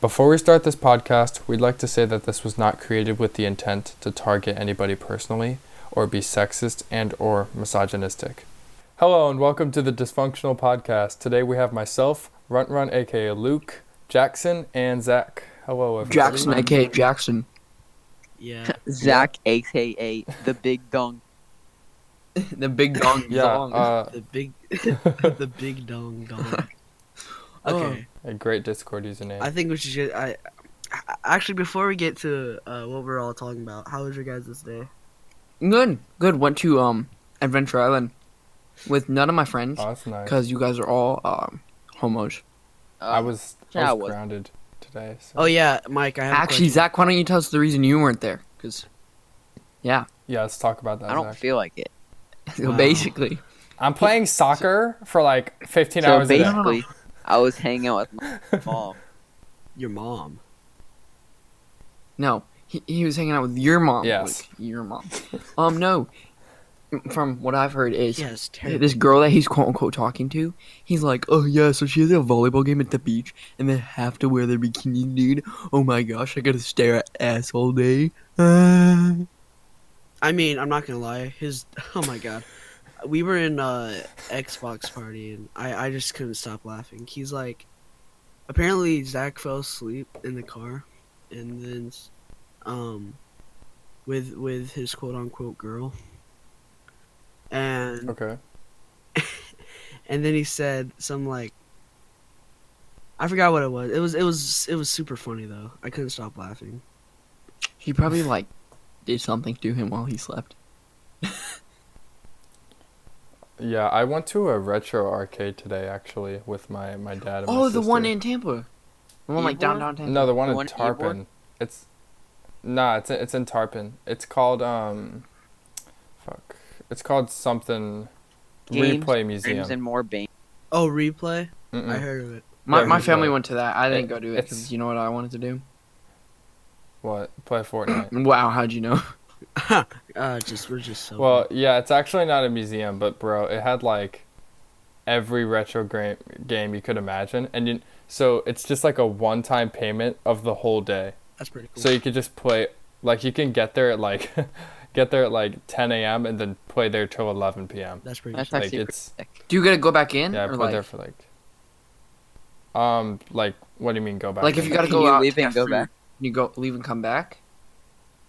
Before we start this podcast, we'd like to say that this was not created with the intent to target anybody personally or be sexist and or misogynistic. Hello and welcome to the Dysfunctional Podcast. Today we have myself, Runt Run aka Luke, Jackson, and Zach. Hello everybody. Jackson, aka Jackson. Yeah. Zach, aka the Big Dong. the big dong Yeah, dong. uh, The big the big dong dong. Okay. a great Discord username. Um, I think we should I I- actually before we get to uh, what we're all talking about, how was your guys this day? good, good. Went to um Adventure Island with none of my friends oh, that's nice. because you guys are all um homos. I was, yeah, I I was was. grounded today. So. Oh yeah, Mike, I have Actually, a question. Zach, why don't you tell us the reason you weren't there? Because Yeah, let's talk about that. I don't Zach. feel like it. Wow. basically, I'm playing soccer for like 15 So hours a day. basically, I was hanging out with my mom. your mom. no, he, he was hanging out with your mom. Yes. Luke. your mom. um, no. From what I've heard is Yeah, it's terrible. this girl that he's quote unquote talking to, he's like, oh yeah, so she has a volleyball game at the beach, and they have to wear their bikini, dude. Oh my gosh, I gotta stare at ass all day. Ah." I mean, I'm not gonna lie, his oh my god. We were in uh Xbox party and I, I just couldn't stop laughing. He's like apparently Zach fell asleep in the car and then um with with his quote unquote girl. And Okay. and then he said some like I forgot what it was. It was it was it was super funny though. I couldn't stop laughing. She probably like did something to him while he slept. Yeah, I went to a retro arcade today actually with my my dad. And my Oh, the one sister. in Tampa. The one like Ybor? downtown Tampa. No, the one The in one in Ybor? Tarpon. It's nah, it's it's in Tarpon. It's called um, fuck. It's called something. Games, Replay Dreams Museum. and more bang. Oh, replay? I Mm-mm. heard of it. my Yeah, my he's family right. went to that. I didn't It- go to it it's- because you know what I wanted to do. What play Fortnite? Wow, how'd you know? Uh just we're just so Well, yeah, it's actually not a museum, but bro, it had like every retro gra- game you could imagine, and you, so it's just like a one-time payment of the whole day. that's pretty cool. So you could just play, like you can get there at like, get there at like 10 a.m. and then play there till 11 p.m. That's pretty. That's cool. Like actually pretty it's sick. Do you gotta go back in? yeah, I or, played like, there for like, um, like what do you mean go back? like in? if you gotta Can go you out, leave to and get go food, back? You go leave and come back.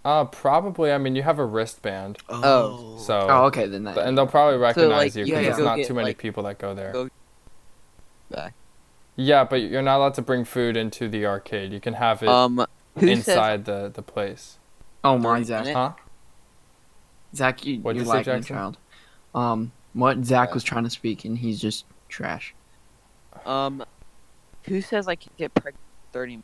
uh probably I mean you have a wristband, oh. so Oh, okay, then that. and they'll probably So, recognize like, you you because can there's go not get, too many like, people that go there. go back. Yeah, but you're not allowed to bring food into the arcade. You can have it Um, who says inside the, the place. oh my Zach, minutes? Huh? Zach, you, What'd you're you say, lagging, Jackson? child. Um, what Zach Uh, was trying to speak, and he's just trash. um, who says I can get pregnant? in Thirty.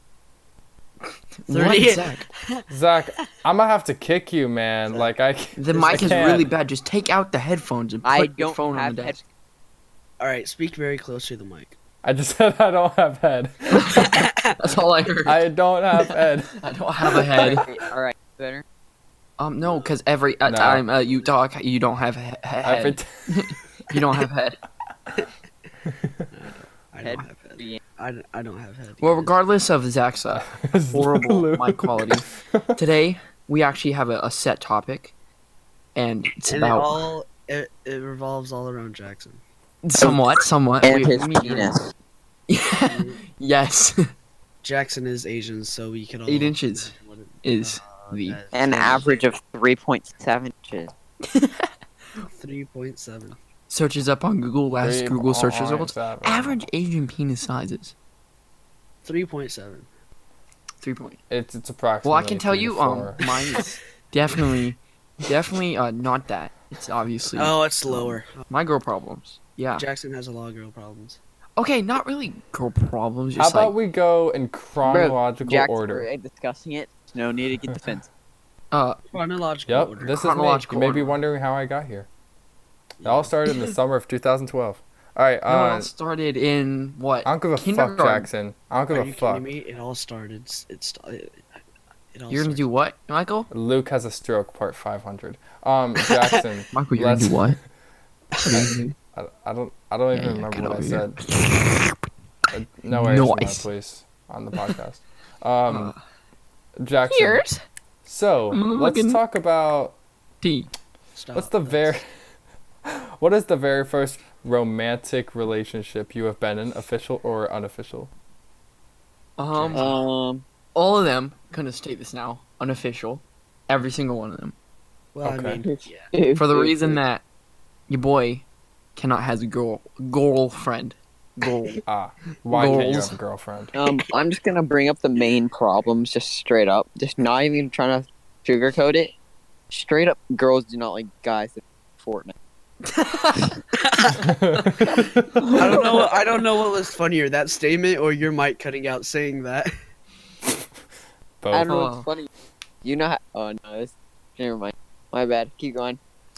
What Thirty- Zach? Zach, I'm gonna have to kick you, man. Like I. c- The I mic is can't. really bad. Just take out the headphones and put I your don't phone on have the desk. head. All right, speak very close to the mic. I just said I don't have head. That's all I heard. I, I don't have head. don't have a head. All right, better. Um, no, because every uh, No. time uh, you talk, you don't have he- he- head. Every t- you don't have head. I Head don't have head. be- I don't, I don't have head. Well, either. regardless of Zach's uh, horrible mic quality, today we actually have a, a set topic, and it's and it about all it, it revolves all around Jackson. somewhat, somewhat. And we- his we- penis. yes, Jackson is Asian, so we can all Eight inches What it- is uh, the that An is average of three point seven inches. three point seven. searches up on Google last Three Google search arms results. that way. Average Asian penis sizes. Three point seven. Three point. It's it's approximately. Well, I can tell three to you, um, four. mine is definitely, definitely uh, not that. It's obviously Oh, it's lower. my girl problems. Yeah. Jackson has a lot of girl problems. Okay, not really girl problems. How Just about like, we go in chronological Jack's order? already discussing it. No need to get defensive. uh, Chronological Yep, order. this is me. You Chronological may be order. wondering how I got here. It Yeah. all started in the summer of 2012. All right, no one uh, else started in what? I don't give a fuck, kindergarten. Jackson. I don't give Are a you fuck. kidding me? It all started. s- It, sta- it, it all You're gonna started. do what, Michael? Luke has a stroke, part 500. Um, Jackson, Michael, you're gonna do what? I, I don't, I don't Yeah, even yeah, remember get what I over said. here. Uh, no way, Nice. please. on the podcast. Um, Jackson. Cheers. So Uh, I'm Oh, let's looking. talk about D. Stop. what's the very, what is the very first romantic relationship you have been in, official or unofficial? Um, Um, all of them. Gonna state this now. Unofficial. Every single one of them. Well, I Okay. Um, mean, yeah. For the reason that your boy cannot has a girl girlfriend. Girl. Ah, why can't you Goals. have a girlfriend? Um, I'm just gonna bring up the main problems, just straight up. Just not even trying to sugarcoat it. Straight up, girls do not like guys that Fortnite. I don't know. I don't know what was funnier, that statement or your mic cutting out saying that. Both. I don't know Oh. what's funny. You know? How, oh no, it's, never mind. My bad. Keep going.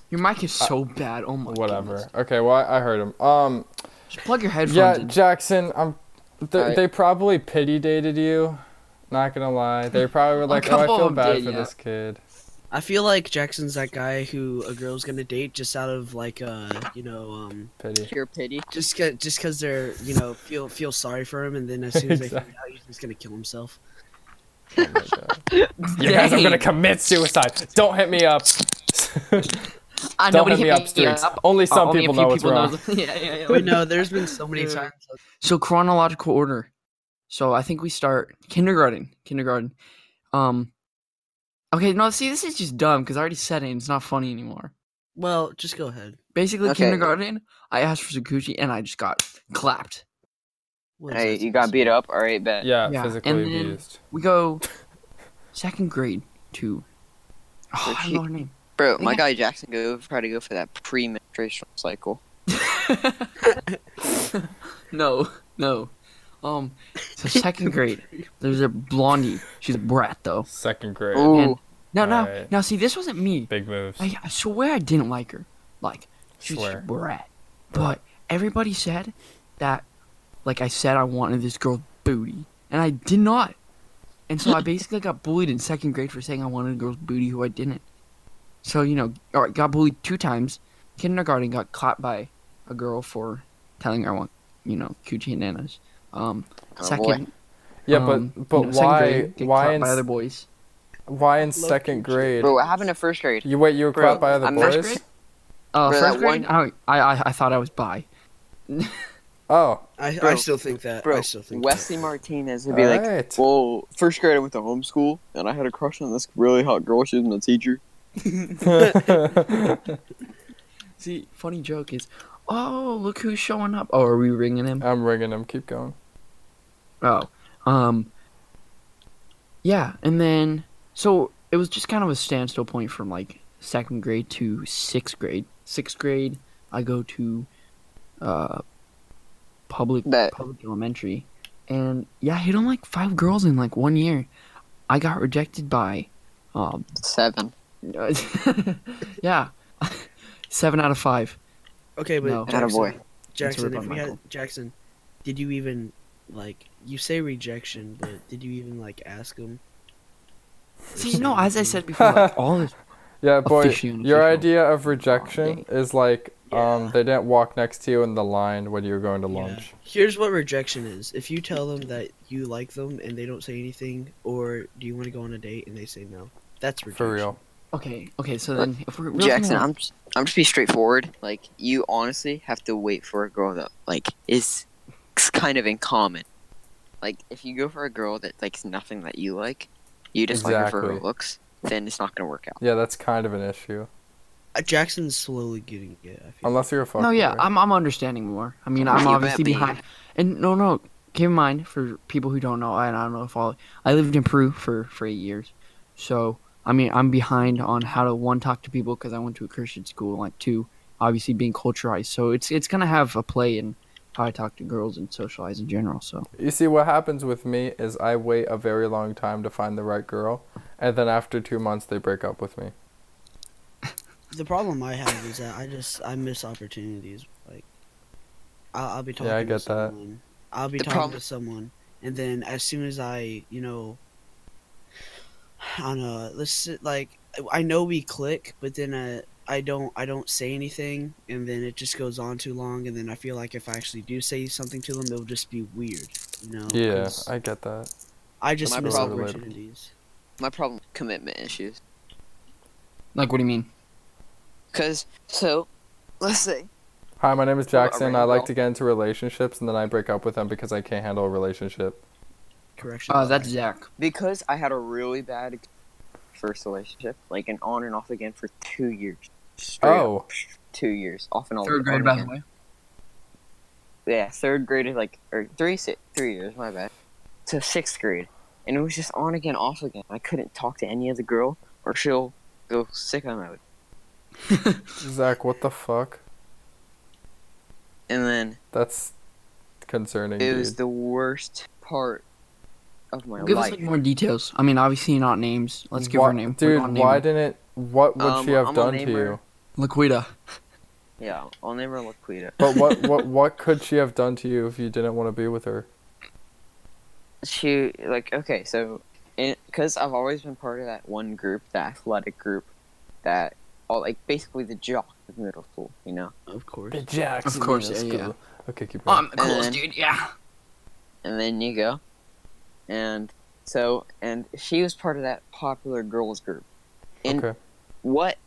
Your mic is so bad. Oh my. Uh, Whatever. goodness. Okay. Well, I, I heard him. Um. Just plug your headphones Yeah, in. Jackson. I'm. They, Alright. they probably pity dated you. Not gonna lie. They probably were like, "Oh, I couple feel of 'em bad did, for yeah. this kid." I feel like Jackson's that guy who a girl's gonna date just out of like uh you know um Pity. Pure pity. just ca- just because they're you know feel feel sorry for him and then as soon as they find out he's just gonna kill himself. Oh my God. you guys are Dang. gonna commit suicide. Don't hit me up. Ah, Don't nobody hit me up, streets. Only Ah, some only a people few know what's wrong. knows- yeah, yeah, yeah. But no, there's been so many Yeah. times. So chronological order. So I think we start kindergarten. Kindergarten. Um. Okay, no. See, this is just dumb because I already said it. and It's not funny anymore. Well, just go ahead. Basically, Okay. kindergarten. I asked for some coochie and I just got clapped. What is Hey, that you got supposed- beat up. All right, bet. Yeah, Yeah, physically and then- abused. We go second grade to. Oh, I don't know her name. Bro, my my guy Jackson go try to go for that pre-menstruational cycle. no, no. Um, so second grade. There's a blondie. She's a brat though. Second grade. Ooh. And no, no, Alright. now see, this wasn't me. Big moves. I, I swear I didn't like her. Like, she was just a Swear. brat. But everybody said that, like I said, I wanted this girl's booty. And I did not. And so I basically got bullied in second grade for saying I wanted a girl's booty who I didn't. So, you know, all right, got bullied two times. Kindergarten got clapped by a girl for telling her I want, you know, coochie and nanas. Um, Oh, boy. second, yeah, um, you but but know, second why grade, get why clapped in by s- other boys? why in second grade? Bro, what happened to first grade? You wait, you were Bro, clapped by other I'm boys? first grade? Uh, Bro, first that grade, I, I I thought I was bi. Oh, I, I Bro. still think that. I Bro, still think that. Wesley Martinez would be like, Alright. "Whoa, first grade I went to homeschool and I had a crush on this really hot girl. She was my teacher." Oh. See, funny joke is, oh, look who's showing up. Oh, are we ringing him? I'm rigging him. Keep going. Oh, um, yeah, and then so it was just kind of a standstill point from like second grade to sixth grade. Sixth grade, I go to, uh, public Bet. public elementary, and yeah, I hit on like five girls in like one year. I got rejected by, um, Seven. yeah. Seven out of five. Okay, but No. Jackson, Attaboy. Jackson, rip if on we had Michael. Jackson, did you even like you say rejection, but did you even like ask him? Or See, say no, as I anything? said before, like, all this. Yeah, boy, Official, your official. idea of rejection is like um Yeah. they didn't walk next to you in the line when you were going to Yeah. lunch. Here's what rejection is: if you tell them that you like them and they don't say anything, or do you want to go on a date and they say no, that's rejection. For real. Okay, okay, so then if we're really Jackson, gonna- I'm just, I'm just be straightforward. Like you honestly have to wait for a girl that like is is kind of in common. Like if you go for a girl that likes nothing that you like, you just like her for her Exactly. looks, then it's not gonna work out. Yeah, that's kind of an issue. Uh, Jackson's slowly getting it. I feel. Unless you're a fuckboy. No, yeah, I'm, I'm understanding more. I mean, I'm You obviously bet me. behind. And no, no, keep in mind for people who don't know, and I don't know if all I lived in Peru for for eight years, so I mean, I'm behind on how to one talk to people because I went to a Christian school, like two, obviously being culturized. So it's it's gonna have a play in how I talk to girls and socialize in general. So You see, what happens with me is I wait a very long time to find the right girl, and then after two months they break up with me. The problem I have is that I just I miss opportunities. Like, I'll, I'll be talking. Yeah, I to get that. someone, I'll be The talking problem- to someone, and then as soon as I, you know, I don't know. Let's s- like I know we click, but then uh, I don't I don't say anything and then it just goes on too long and then I feel like if I actually do say something to them it'll just be weird, you know. Yeah, 'cause I get that. I just My miss problem- opportunities. My problem commitment issues. Like, what do you mean? Cause so, let's say Hi, my name is Well, Jackson. alright, I like well- to get into relationships and then I break up with them because I can't handle a relationship. Correction. Oh, that's Zach. because I had a really bad first relationship, like an on and off again for two years. Straight Oh. up, two years off and on. Third grade, on by and the on. way. Yeah, third grade is like or three si- three years. My bad. To sixth grade, and it was just on again, off again. I couldn't talk to any other girl, or she'll go sicko mode. Zach, what the fuck? And then That's concerning. it dude. was the worst part of my Give us life. like more details. I mean, obviously not names. Let's give Why- her a name. We're Dude, not naming. why didn't what would Um, she have I'm gonna done to name her- you? Laquita. yeah, I'll name her Laquita. But what what what could she have done to you if you didn't want to be with her? she like okay so because i've always been part of that one group that athletic group that all like basically the jock of middle school you know of course. Jackson. Of course, that's yeah, yeah. cool. Okay, keep going. Oh, I'm the coolest And- dude. Yeah. and then you go and so and she was part of that popular girls group and okay. what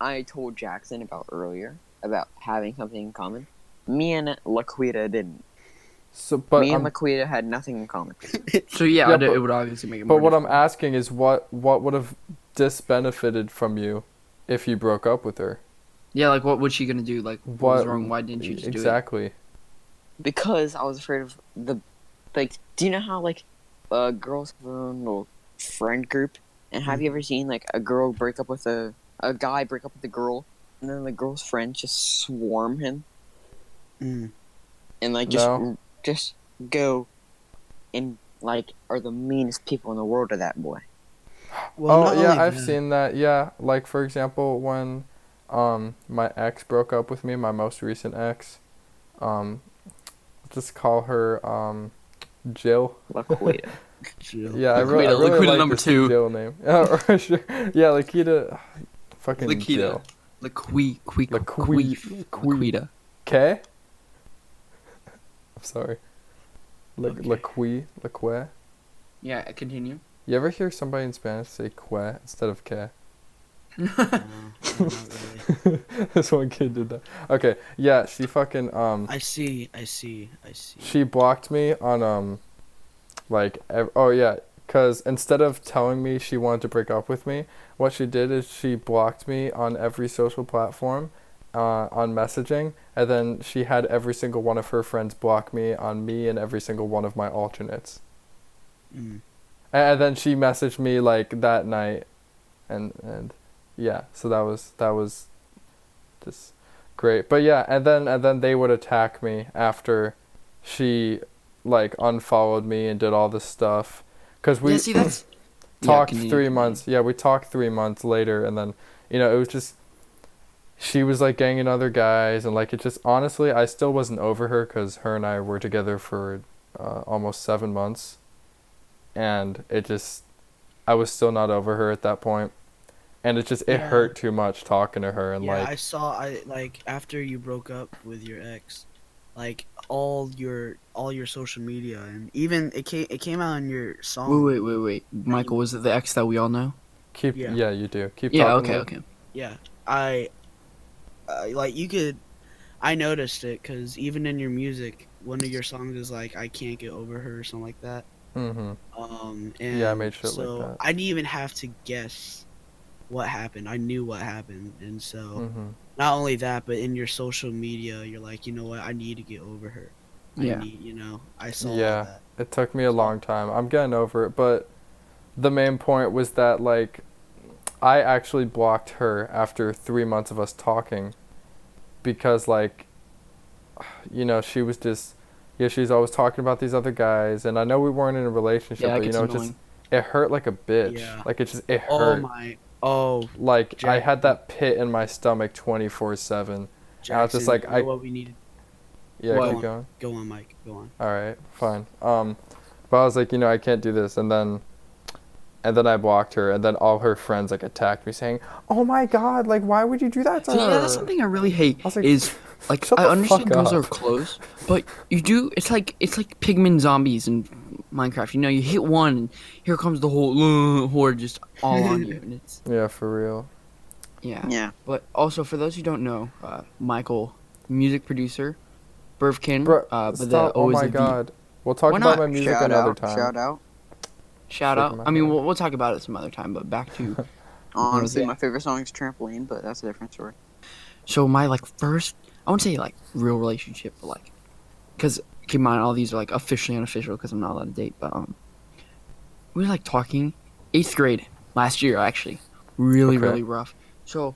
i told jackson about earlier about having something in common me and laquita didn't So, but um, me I'm- and laquita had nothing in common So yeah, Yeah, it, but- it would obviously make it. but more what I'm asking is what what would have disbenefited from you if you broke up with her? Yeah, like what was she gonna do? Like what, was What- wrong? Why didn't she just exactly. because I was afraid of the like. Do you know how like uh, girls have their own little friend group? And have you ever seen like a girl break up with a a guy break up with a girl, and then the girl's friends just swarm him Mm. and like just No. just go and like are the meanest people in the world to that boy. Well, not oh yeah, only I've that- seen that. Yeah, like for example, when um my ex broke up with me, my most recent ex, um, let's just call her um Jill. Laquita. Jill. Yeah, I really, I Laquita- really Laquita like number this two. Jill name. Yeah, or sure. yeah, Lakita. Fucking Laquita. Jill. Laquita. Laquita. Laqueef. Laquita. Queef. Laquita. K. I'm sorry. La Okay. Laqui Laqui. Yeah. Continue. You ever hear somebody in Spanish say que instead of que? No, not really. this one kid did that. Okay, yeah, she fucking um I see. I see. I see. she blocked me on um like ev- oh yeah because instead of telling me she wanted to break up with me what she did is she blocked me on every social platform uh, on messaging and then she had every single one of her friends block me on me and every single one of my alternates Mm. and then she messaged me like that night and and yeah so that was that was just great but yeah and then and then they would attack me after she like unfollowed me and did all this stuff because we yeah. See, that's Yeah, talked continue, three continue. months yeah we talked three months later and then you know it was just she was like ganging other guys and like it just honestly i still wasn't over her because her and i were together for uh, almost seven months and it just i was still not over her at that point and it just it Yeah. hurt too much talking to her and yeah, I like saw. I like after you broke up with your ex, like all your all your social media and even it came it came out in your song. Wait, wait, wait, wait. Michael, was it the ex that we all know? keep yeah. yeah. you do keep Yeah. talking Okay. to- Okay. Yeah, I, I like you could. I noticed it because even in your music, one of your songs is like "I can't get over her" or something like that. mhm Um, and Yeah, I made shit like so that. I didn't even have to guess what happened. I knew what happened, and so mhm not only that, but in your social media, you're like, you know what? I need to get over her. I Yeah. need, you know, I saw Yeah. that. It took me a long time. I'm getting over it, but the main point was that like I actually blocked her after 3 months of us talking because like you know, she was just yeah, she's always talking about these other guys and I know we weren't in a relationship, Yeah. That but you gets know it just annoying. it hurt like a bitch. Yeah. Like it just it hurt. Oh my! Oh, like I Jack- had that pit in my stomach 24/7. Jackson, I was just like, you know I- what we need. Yeah, Well- keep going. Go on, Mike. Go on. all right, fine. Um, but I was like, you know, I can't do this. And then and then I blocked her, and then all her friends like attacked me, saying, "Oh my god, like why would you do that to See, her?" yeah, that's something I really hate. I was like, is like "Shut I the understand fuck girls up." are close, but you do. It's like it's like pigmen zombies in Minecraft. You know, you hit one, and here comes the whole uh, horde just all on you, and it's yeah, for real. Mm-hmm. yeah. Yeah. But also for those who don't know, uh, Michael, music producer, Burfkin, Bro, uh, but the stop. Oh always my a beat. god. We'll talk Why about not? my music shout another out, time. Shout out. Shout Freaking out. I Michael. mean, we'll, we'll talk about it some other time. But back to Honestly, Yeah. my favorite song is Trampoline, but that's a different story. so my like first, I won't say like real relationship, but like, because keep in mind all these are like officially unofficial because I'm not allowed to date. But um, we were like talking eighth grade last year actually, really Okay. really rough. So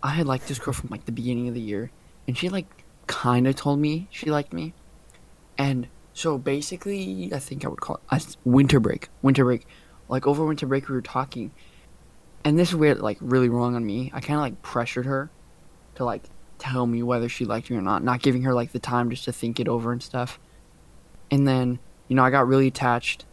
I had like this girl from like the beginning of the year, and she like kind of told me she liked me, and so basically I think I would call it I s- winter break. Winter break, like over winter break we were talking, and this is where it, like really wrong on me. I kind of like pressured her to like tell me whether she liked me or not, not giving her like the time just to think it over and stuff. And then, you know, I got really attached.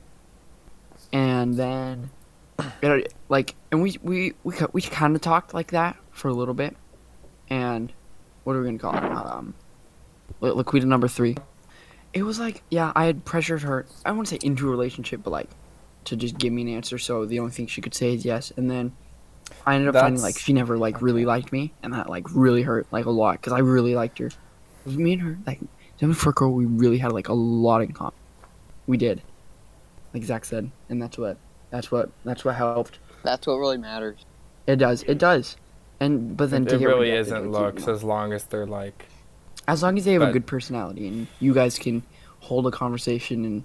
And then it, like and we we we ki- we kind of talked like that for a little bit. And what are we going to call it? Um Li- Liquida number 3. It was like, yeah, I had pressured her. I wouldn't say into a relationship, but like to just give me an answer so the only thing she could say is yes. And then I ended up finding That's- like she never like really liked me, and that like really hurt like a lot because I really liked her. It was me and her like Demi Furco, we really had like a lot in common. We did, like Zach said, and that's what that's what that's what helped. That's what really matters. It does, it does, and but then It, to it get rid of really it, isn't like, you looks know. as long as they're like as long as they have but- a good personality and you guys can hold a conversation and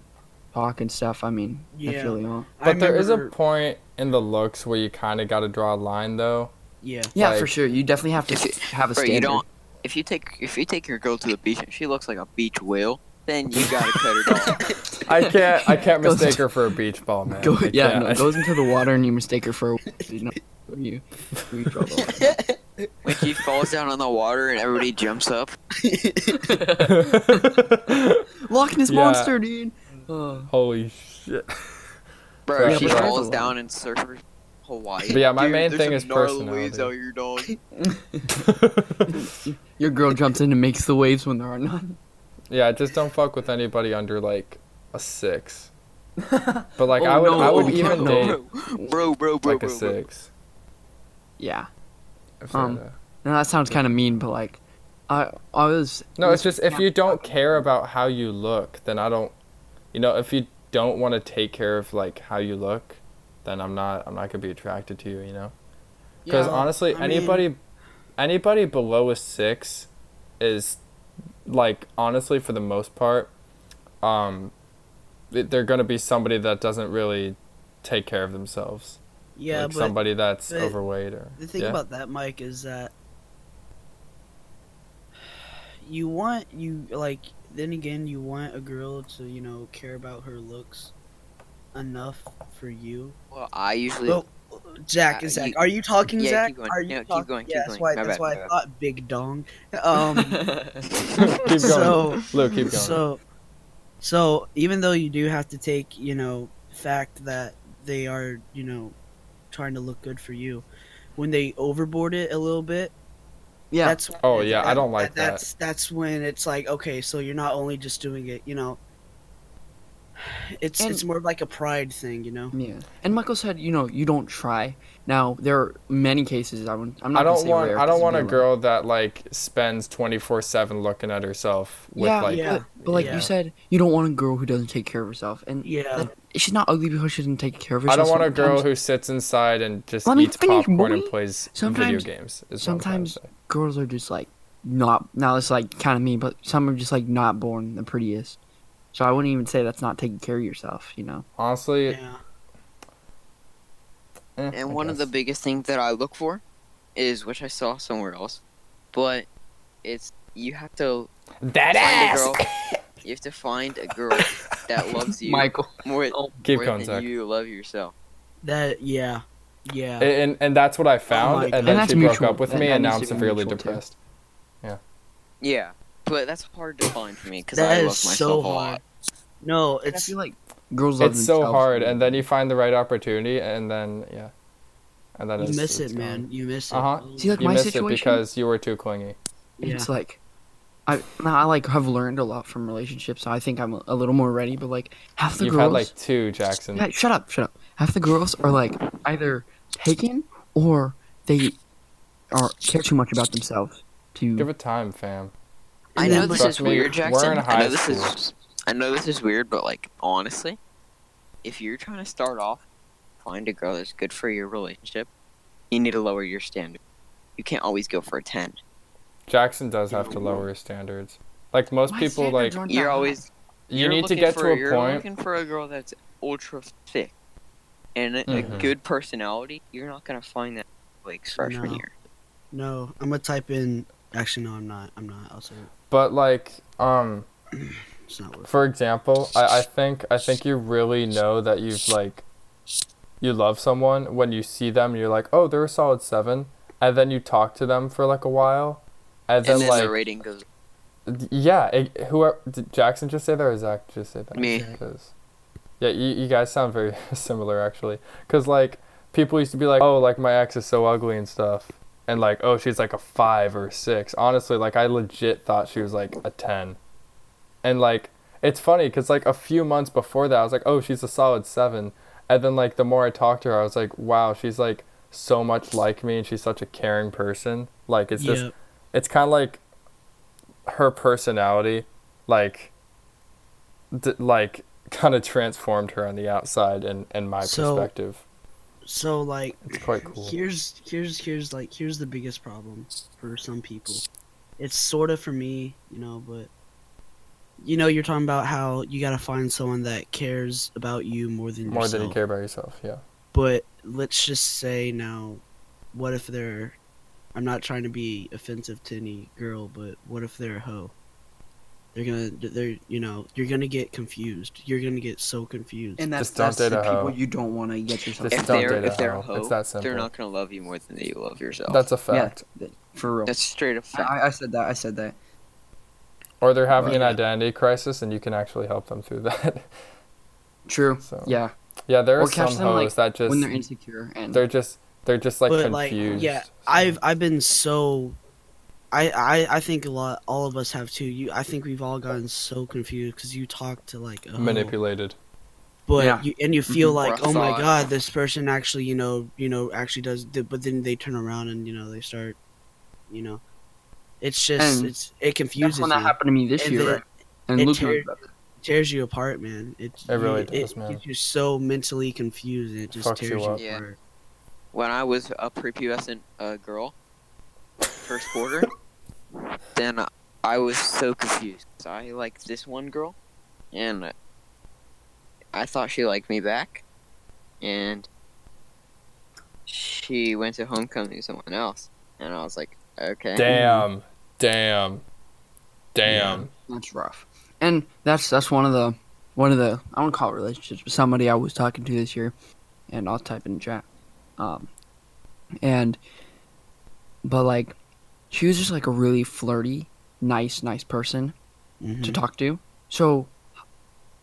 talk and stuff. I mean, Yeah. that's really all. But there is remember- a point in the looks where you kind of got to draw a line, though. Yeah. Yeah, Like- for sure. You definitely have to If s- have a Bro, standard. you don't. If you take if you take your girl to the beach and she looks like a beach whale, then you gotta cut her off. I can't. I can't Goes- mistake her for a beach ball, man. Go, I yeah, can't. no, it goes into the water and you mistake her for you. Know, you, you draw the line. When she falls down on the water and everybody jumps up, Loch Ness Yeah. monster, dude. Oh. Holy shit. bro, Yeah, she but- falls down and surfers Hawaii. But yeah, my Dude, main there's thing some is gnarly waves personality. out here, dog. Your girl jumps in and makes the waves when there are none. yeah, just don't fuck with anybody under like a six. But like Oh, I would, no, I would oh, even no. date bro, bro, bro, like a bro, bro. six. Yeah. if Um, they're- Now that sounds kind of mean, but like, I I was. no, it's just if yeah. you don't care about how you look, then I don't. You know, if you don't want to take care of like how you look, then I'm not. I'm not gonna be attracted to you. You know. Because Yeah. honestly, I mean- anybody, anybody below a six, is like honestly for the most part, um, th- they're gonna be somebody that doesn't really take care of themselves. Yeah, like but somebody that's but overweight or the thing yeah. about that, Mike, is that you want you like. Then again, you want a girl to you know care about her looks enough for you. Well, I usually Well, Zach, Uh, Zach, you- are you talking, yeah, Zach? keep going. Are you No, keep talking? going, keep yeah, that's going. why. My that's bad, why my I bad. thought big dong. Um, keep going, so Lou. Keep going. so so even though you do have to take you know fact that they are you know trying to look good for you when they overboard it a little bit yeah. that's Oh, yeah, I don't like that. that's that's when it's like okay so you're not only just doing it you know it's And- it's more of like a pride thing you Mm-hmm. know yeah. And Michael said, you know, you don't try. Now there are many cases. I won't, I'm not. I gonna don't say want. rare, I 'cause don't it'd want be a rare. girl that like spends twenty four seven looking at herself with yeah, like. Yeah. but, but like yeah. you said, you don't want a girl who doesn't take care of herself, and Yeah. that- she's not ugly because she doesn't take care of herself. I don't want a girl Sometimes- who sits inside and just Let me eats finish, popcorn and boy. plays Sometimes- video games. Is what I'm trying to sometimes say. girls are just like not now it's like kind of mean but some are just like not born the prettiest so i wouldn't even say that's not taking care of yourself you know honestly, yeah eh, I And one of the guess. biggest things that I look for is, which I saw somewhere else, but it's you have to that find a ass. girl. You have to find a girl that loves you michael more, Oh, Keep more going, than Zach. you love yourself. that yeah yeah And, and and that's what I Oh my found, God. and then And she that's broke mutual. up with That- me, that and now needs I'm to be severely mutual, too. depressed. Yeah, but that's hard to find for me because I that love is myself so a lot. hard no it's, i it's feel like Girls love it's so themselves hard, more. and then you find the right opportunity, and then yeah, and then You it's, miss it's it, man. gone. You miss it. Uh-huh. See, like you my miss situation, it because you were too clingy. yeah. it's like, I now I like have learned a lot from relationships. So I think I'm a, a little more ready. But like half the You've girls, had like two, Jackson. Yeah, shut up, shut up. Half the girls are like either taken or they are care too much about themselves to Give it time, fam. I And know then, this like- is Trust me, weird, we're in Jackson. I high know this school. is I know this is weird, but like honestly, if you're trying to start off, find a girl that's good for your relationship, you need to lower your standard. You can't always go for a ten. Jackson does have to lower his standards. Like most My people, standards like aren't that You're high. always you you're need to looking get for- to a you're point. looking for a girl that's ultra thick and a, a Mhm. good personality. You're not gonna find that like freshman No. year. No, I'm gonna type in. Actually, no, I'm not. I'm not. I'll say it. But like, um, it's not worth. for example, I, I think I think you really know that you've like you love someone when you see them and you're like, Oh, they're a solid seven and then you talk to them for like a while and then, And then the like rating goes. d- yeah, it, whoever did Jackson just say that or Zach just say that? Me. Zach. 'Cause- yeah, you, you guys sound very similar actually. Cause like people used to be like, Oh, like my ex is so ugly and stuff and like, oh she's like a five or a six. Honestly, like I legit thought she was like a ten. And like it's funny because like a few months before that, I was like, oh, she's a solid seven. And then like the more I talked to her, I was like, wow, she's like so much like me, and she's such a caring person. Like it's just, Yep. it's kind of like her personality, like, d- like kind of transformed her on the outside, and and my So- perspective, So like, it's quite cool. here's here's here's like here's the biggest problem for some people. It's sort of for me, you know, but you know, you're talking about how you gotta find someone that cares about you more than More yourself. than you care about yourself, yeah. But let's just say now, what if they're? I'm not trying to be offensive to any girl, but what if they're a hoe? They're gonna, they're you know, you're gonna get confused. You're gonna get so confused. and that's Just don't that's the date a hoe. people you don't want to get yourself. Just if don't they're date a if they're hoe. a It's hoe, that they're simple. not gonna love you more than you love yourself. That's a Oh, Yeah, fact. th- for real. that's straight up fact. I, I said that. I said that. Or they're having an Yeah. identity crisis, and you can actually help them through that. True. so Yeah. yeah, there Or are catch some them, like, hoes that just when they're insecure and they're just they're just like but confused. like yeah so- i've i've been so I, I i think a lot all of us have too you i think we've all gotten so confused because you talk to like a hoe, manipulated. but Yeah. you and you feel Mm-hmm. Mhm. like Rough oh my thought. god this person actually you know you know actually does th- but then they turn around and you know they start you know it's just And it's it that's confuses when that you. happened to me this And year. then right? And it Luke tears- knows about it. tears you apart man it, It really you- does, man. gets you so mentally confused and it just Fucks tears you you up. apart Yeah. when I was a prepubescent uh, girl, first quarter, then I- I was so confused. I liked this one girl, and I thought she liked me back, and she went to homecoming with someone else, and I was like, okay. Damn, damn, damn. That's rough. And that's that's one of the one of the I don't call it relationships, but somebody I was talking to this year, and I'll type in chat. Um, and but like, she was just like a really flirty, nice, nice person Mhm. to Mm-hmm. talk to. So,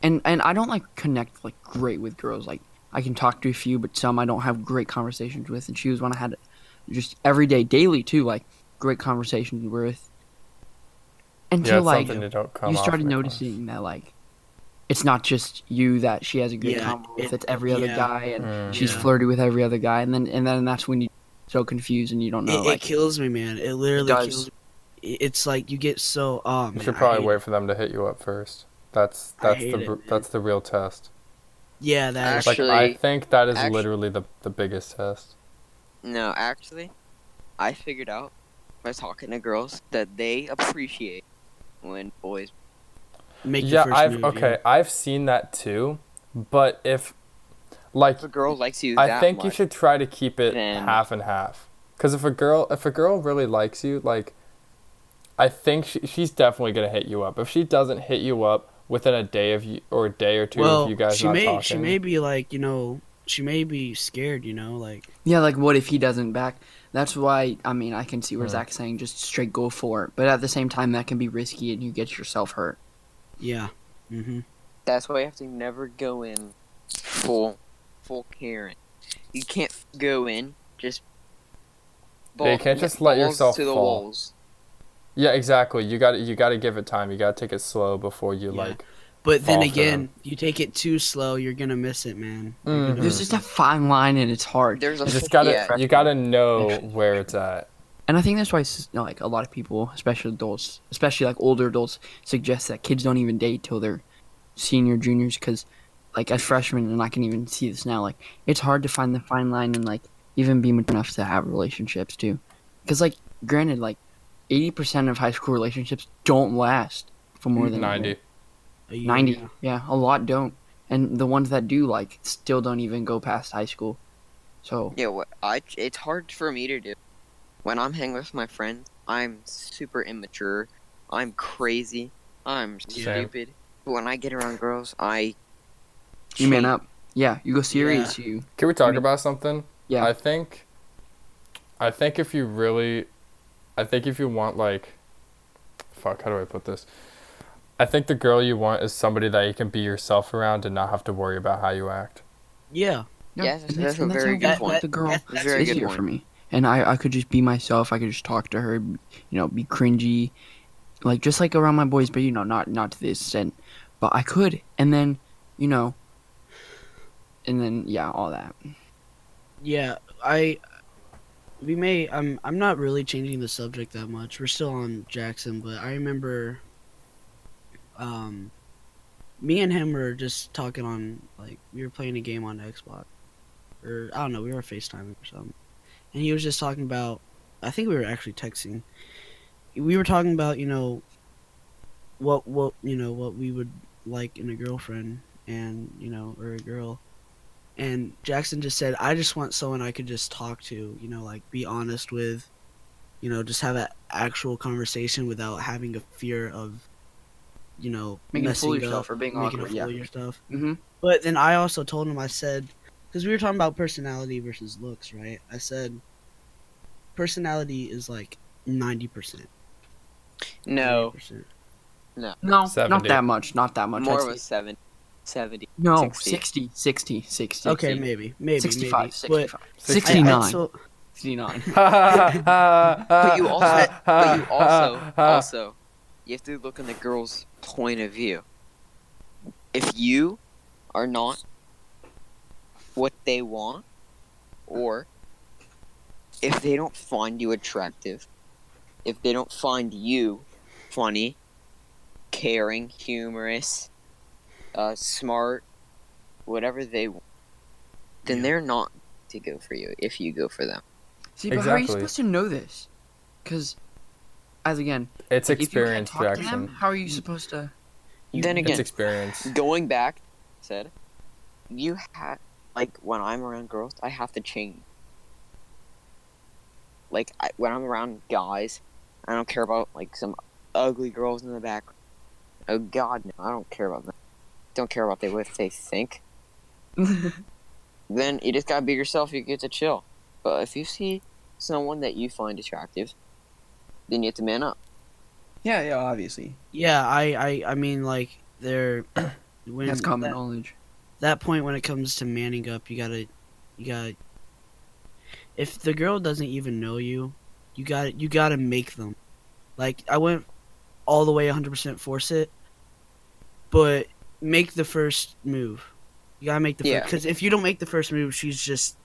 and and I don't like connect like great with girls. Like I can talk to a few, but some I don't have great conversations with. And she was one I had just every day, daily too, like great conversations with. Yeah, Until it's like something that don't come you off started in a noticing that like it's not just you that she has a great Yeah, combo with. it- It's every other yeah. guy, and class. Mm. she's Yeah. flirty with every other guy, and then and then that's when you so confused and you don't It, know it like kills me, man. It literally does. kills me. It- It's like you get so oh man. You should I probably hate- wait for them to hit you up first. That's I that's hate the it, br- man. that's the real test. Yeah, that is- Like I Actually- think that is actu- literally the the biggest test. No, actually, I figured out by talking to girls that they appreciate when boys. make your yeah, first I've move, okay, I've seen that too, but if like If a girl likes you, I that think you much, should try to keep it then- half and half. Because if a girl, if a girl really likes you, like, I think she, she's definitely gonna hit you up. If she doesn't hit you up within a day of you or a day or two Well, of you guys she not may talking, she may be like you know she may be scared. You know, like Yeah, like what if he doesn't back? That's why I mean I can see where Hmm. Zach's saying just straight go for it, but at the same time that can be risky and you get yourself hurt. yeah. hmm That's why you have to never go in full, full Karen. You can't go in just. Yeah, you can't just let balls yourself to the fall. walls. Yeah, exactly. You got to you got to give it time. You got to take it slow before you Yeah. like. But then Fall for again, you take it too slow, you're gonna miss it, man. You're gonna Mhm. There's miss just it. a fine line and it's hard. There's a You just full- gotta yeah. you gotta know where it's at. And I think that's why s- you know, like a lot of people, especially adults, especially like older adults, suggest that kids don't even date till they're senior juniors because, like, as freshmen, and I can even see this now. Like, it's hard to find the fine line and like even be mature enough to have relationships too. Because like, granted, like eighty percent of high school relationships don't last for more than a year. Ninety. A year, 90 yeah. yeah a lot don't and the ones that do like still don't even go past high school so Yeah, what I it's hard for me to do. When I'm hanging with my friends, I'm super immature. I'm crazy. I'm Same. stupid. But when I get around girls, I you man change. up yeah you go serious you Can we talk mean- about something? yeah I think I think if you really I think if you want like fuck, how do I put this? I think the girl you want is somebody that you can be yourself around and not have to worry about how you act. Yeah. Yeah, that's- and that's a and very how good I point. want the girl That- that's Very it's good easier point. for me and I, I could just be myself i could just talk to her you know be cringy like just like around my boys but you know not not to this extent but i could and then you know and then yeah all that Yeah, I we may I'm I'm not really changing the subject that much. We're still on Jackson, but I remember um me and him were just talking on like we were playing a game on Xbox. Or I don't know, we were FaceTiming or something. And he was just talking about I think we were actually texting. We were talking about, you know, what what you know, what we would like in a girlfriend and, you know, or a girl and Jackson just said, "I just want someone I could just talk to, you know, like be honest with, you know, just have an actual conversation without having a fear of, you know, Making a fool messing of yourself up, or being making a awkward, fool yeah. of yourself." mm-hmm. But then I also told him, I said, because we were talking about personality versus looks, right? I said, personality is like ninety percent. no no not 70. that much not that much more I'd of say- a seven, seventy. No, 60. 60, 60, 60. Okay, maybe, maybe, 65, maybe. 65. But Sixty- I- I 69. still- 69. but But you also, Ah, but you also, also, you have to look in the girl's point of view. If you are not what they want, or if they don't find you attractive, if they don't find you funny, caring, humorous, uh, smart, whatever they want, then Yeah. they're not to go for you if you go for them. See, but how are you Exactly. supposed to know this? Because, as again, it's if you can't experience, talk to them, Jackson. how are you supposed to? You- then It's again, experience. going back said you had like when i'm around girls i have to change like I, when i'm around guys i don't care about like some ugly girls in the back oh god no i don't care about them don't care about they what they think then you just gotta be yourself you get to chill but if you see someone that you find attractive then you have to man up yeah, yeah, obviously. yeah, I, I, I mean, like they're. When That's common that- knowledge. that point when it comes to manning up, you gotta, you gotta. If the girl doesn't even know you, you got you gotta make them. Like I went all the way 100% force it, but make the first move. You gotta make the Yeah. because if you don't make the first move, she's just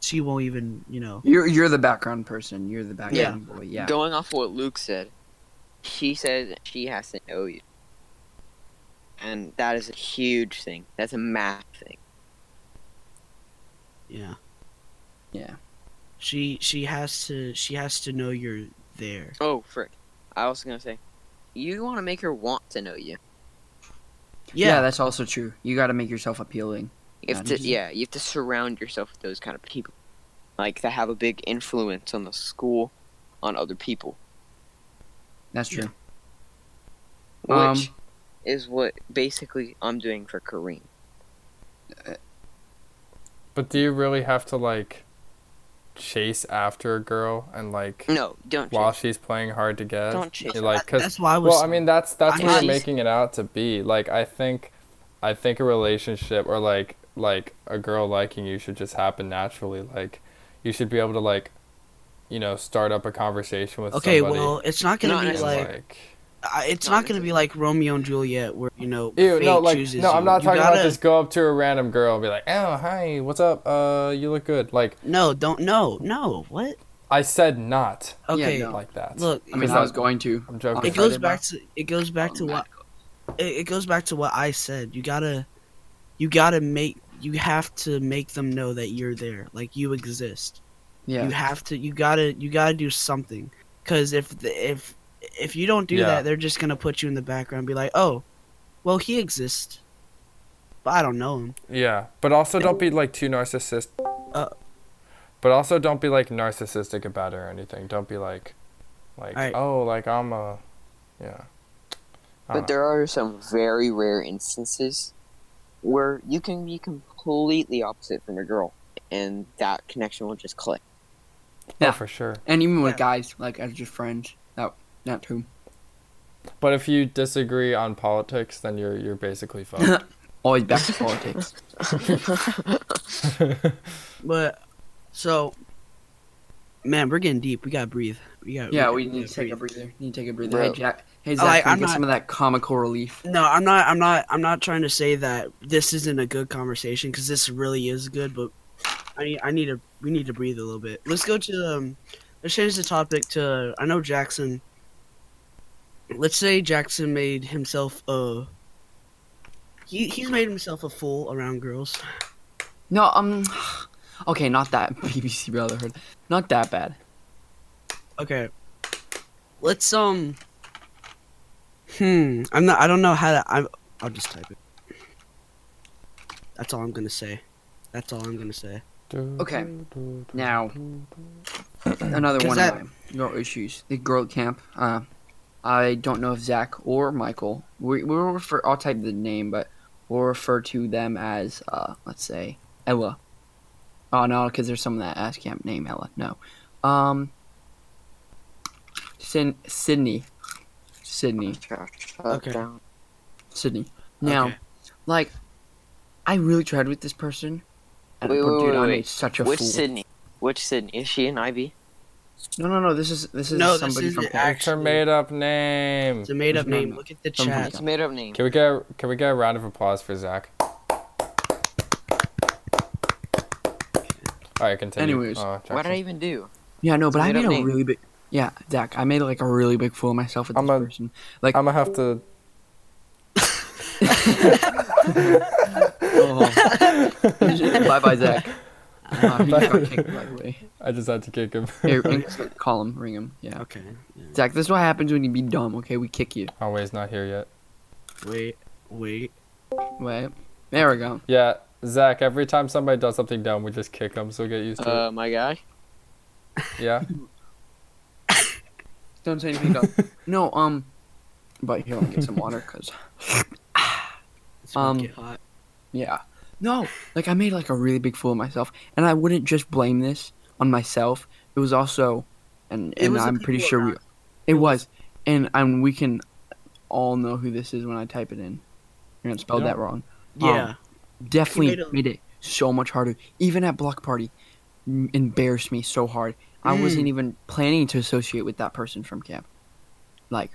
she won't even you know. You're you're the background person. You're the background boy. Yeah. going off what Luke said, she says she has to know you. And that is a huge thing. That's a math thing. Yeah. Yeah. She she has to she has to know you're there. Oh, frick. I was going to say, you want to make her want to know you. yeah, Yeah. That's also true. You got to make yourself appealing. You have Yeah, to, just- yeah, you have to surround yourself with those kind of people. Like, that have a big influence on the school, on other people. That's true. Which Um, is what basically I'm doing for Kareem. But do you really have to like chase after a girl and like No, don't. while change. she's playing hard to get? Don't chase You're like, That- cause, that's why I was. well, I mean, that's that's I what you're mean- making it out to be. Like, I think I think a relationship or like like a girl liking you should just happen naturally. Like you should be able to like you know start up a conversation with Okay, somebody. well, it's not gonna Not be and, necessarily. like, I it's Not not gonna be like Romeo and Juliet, where you know Ew, fate no, like, chooses no, you. I'm not You talking gotta, about just go up to a random girl and be like, "Oh, hi, what's up? Uh, you look good." Like, No, don't. No, no. What? I said not Okay, no. like that. look. I mean, Because I I- was going to. I'm joking. it Friday, goes bro. back to it goes back to Um, Oh, what it, it goes back to what I said. You gotta, you gotta make you have to make them know that you're there, like you exist. Yeah. You have to. You gotta. You gotta do something. Because if the, if if you don't do Yeah. that, they're just gonna put you in the background, and be like, oh, well he exists, but I don't know him. Yeah, but also don't be like too narcissist. Uh. but also don't be like narcissistic about it or anything. Don't be like, like Alright. oh, like I'm a, yeah. I But don't know. there are some very rare instances where you can be completely opposite from a girl, and that connection will just click. Oh, Yeah. for sure. And even with Yeah. guys, like as just friends, that not too. But if you disagree on politics, then you're you're basically fucked. Always back to politics. But so, man, we're getting deep. We gotta breathe. We got. Yeah, we need to take a breather. Need to take a breather. Bro. Hey Jack. Hey Zach, Like, can we I'm get not- some of that comical relief. No, I'm not. I'm not. I'm not trying to say that this isn't a good conversation because this really is good. But I need. I need to. We need to breathe a little bit. Let's go to. Um, let's change the topic to. I know Jackson. Let's say Jackson made himself a. He he's made himself a fool around girls. No, um, okay, not that BBC Brotherhood, not that bad. Okay. Let's um. Hmm. I'm not. I don't know how to. I'm. I'll just type it. That's all I'm gonna say. That's all I'm gonna say. Okay, now another Is one that- of my girl issues. The girl camp. Uh, I don't know if Zach or Michael. We we will refer. I'll type the name, but we'll refer to them as uh, let's say Ella. Oh no, because there's someone that asked camp name Ella. No, um, Sin- Sydney, Sydney. Okay. Sydney. Now, Okay. like, I really tried with this person, and Wait, but wait, dude, wait, I wait. made such a Which fool. Sydney? Which Sydney? Is she an IB? no, no, no. This is this is No, this somebody from isn't Paul. It's her actually- made up name. It's a made up No, name. no. Look at the Some chat. It's a made up name. Can we get can we get a round of applause for Zach? All right, continue. Anyways. Oh, What did I Jackson. even do? Yeah, no, but I Made up made a name. really big. Yeah, Zach, I made like a really big fool of myself with this I'm a- person. Like, I'm gonna have to. Oh, bye, bye, Zach. Uh, he Bye. got kicked, by the way. I just had to kick him. Here, ring- call him, ring him. Yeah, Okay. Zach, this is what happens when you be dumb. Okay, we kick you. Always not here yet. Wait. Wait. Wait, there we go. Yeah, Zach. Every time somebody does something dumb, we just kick them. So get used to Uh, my guy. it. Yeah. Don't say anything dumb. no, um, but here, let me get some water, cause It's gonna Um, get hot. Yeah. No, like I made like a really big fool of myself, and I wouldn't just blame this on myself. It was also, and It and was the I'm pretty people sure we, around. it was, and and we can all know who this is when I type it in. You're gonna spell Yeah. that wrong. Yeah. Definitely made a- made it so much harder. Even at block party, m- embarrassed me so hard. I wasn't even planning to associate with that person from camp. Like,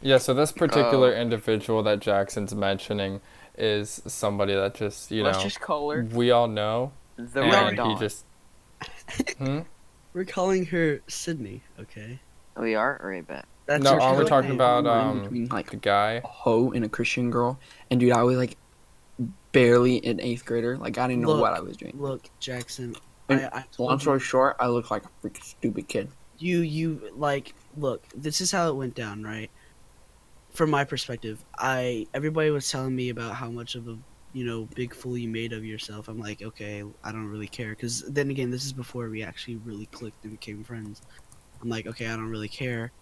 Yeah. So this particular Oh. individual that Jackson's mentioning is somebody that just you Let's know just call her we all know, the Red and he Dawn. just. Hmm? We're calling her Sydney. Okay. We are alright, bet. That's No, her aren't we real talking name. about I'm in um between, like the guy? a hoe and a Christian girl, and dude, I was like barely an eighth grader. Like I didn't know what Look, I was doing. Look, Jackson. And I, I Long told you, story short, I look like a freaking stupid kid. you. You like. Look. This is how it went down, right? From my perspective, I everybody was telling me about how much of a you know big fool you made of yourself. I'm like, okay, I don't really care. Because then again, this is before we actually really clicked and became friends. I'm like, okay, I don't really care.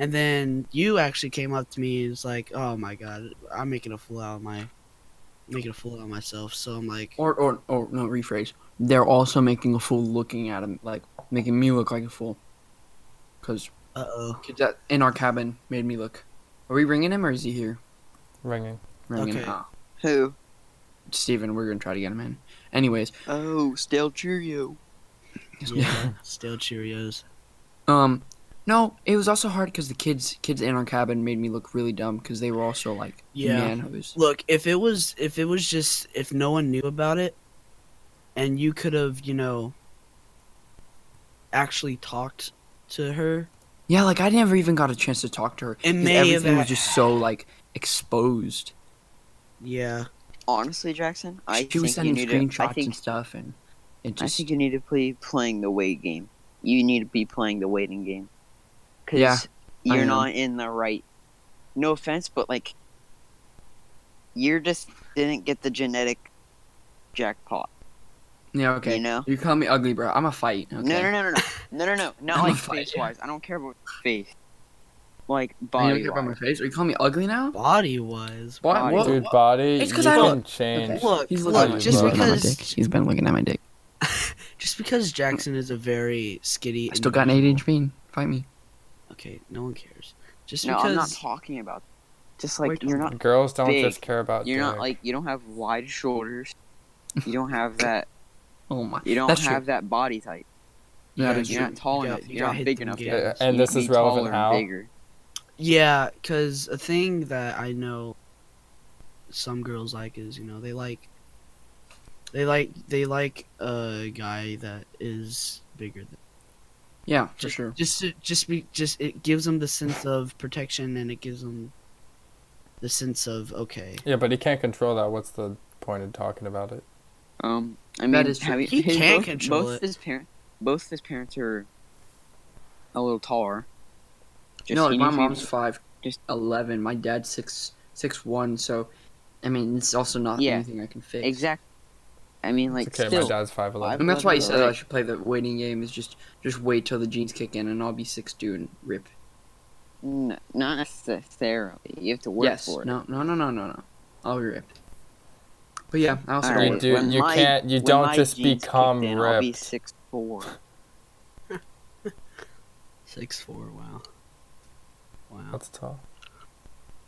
And then you actually came up to me and was like, "Oh my god, I'm making a fool out of my, making a fool out of myself." So I'm like, Or, or, or no, rephrase. They're also making a fool looking at him, like making me look like a fool. Cause "Uh oh, kids at, in our cabin made me look. Are we ringing him or is he here? Ringing. Ringing. Okay. Ah. Who? Steven, we're gonna try to get him in. Anyways, Oh, stale Cheerio. Yeah, stale Cheerios. um, no, it was also hard because the kids, kids in our cabin made me look really dumb because they were also like Yeah. manhoes. Look, if it was, if it was just, if no one knew about it, and you could have, you know, actually talked to her, Yeah, like I never even got a chance to talk to her. it 'cause may have. everything was just so like exposed. yeah. Honestly, Jackson, I she was think sending you need to. I screenshots think and stuff, and it I just think you need to play playing the waiting game. You need to be playing the waiting game. Cause Yeah, I you're am. not in the right. No offense, but like, you're just didn't get the genetic jackpot. yeah okay. You know? You call me ugly, bro. I'm a fight. Okay. No, no, no, no, no, no, no, no. Not I'm like fine. face wise. I don't care about face. Like You don't body care about my wise. face? Are you calling me ugly now? Body wise. Why- Body. what- Dude, what- body, It's you 'cause I can don't- change. Okay. Look, He's looking look, at just my looking at my because dick. he's been looking at my dick. just because Jackson is a very skitty. I still got an individual- eight-inch bean. Fight me. Okay, no one cares. Just No, because I'm not talking about. Just like Wait, you're not. Girls don't Big. just care about. You're not dick. like you don't have wide shoulders. You don't have that. Oh my. You don't That's true. have that body type. Yeah, Yeah, that's you're true. not You tall got- enough. you You are gotta not hit big them enough. games. yet. Uh, and You this can is be relevant taller and how? Bigger. Yeah, because a thing that I know some girls like is, you know, they like they like they like a guy that is bigger than Yeah, for just, sure. Just to- just be just it gives them the sense of protection and it gives them the sense of okay. Yeah, but he can't control that. What's the point of talking about it? Um, I mean, That is true. have you- He his- can both, control both it. His parent, both his parents are a little taller. Just no, like he my needs to be- mom's five, just- eleven. My dad's six, six one. So, I mean, it's also not Yeah. anything I can fix. exact. I mean, like it's okay, still, my dad's five eleven. five- And that's why you said I Right. should play the waiting game. Is just just wait till the jeans kick in, and I'll be six two and rip. n- not necessarily. You have to work yes. for it. No. No. No. No. No. No. I'll be ripped. But yeah, I also All don't right, You want do. when You my- can't. You when don't my just jeans become kicked in, I'll be ripped. six four. Six four, wow. Wow. That's tall.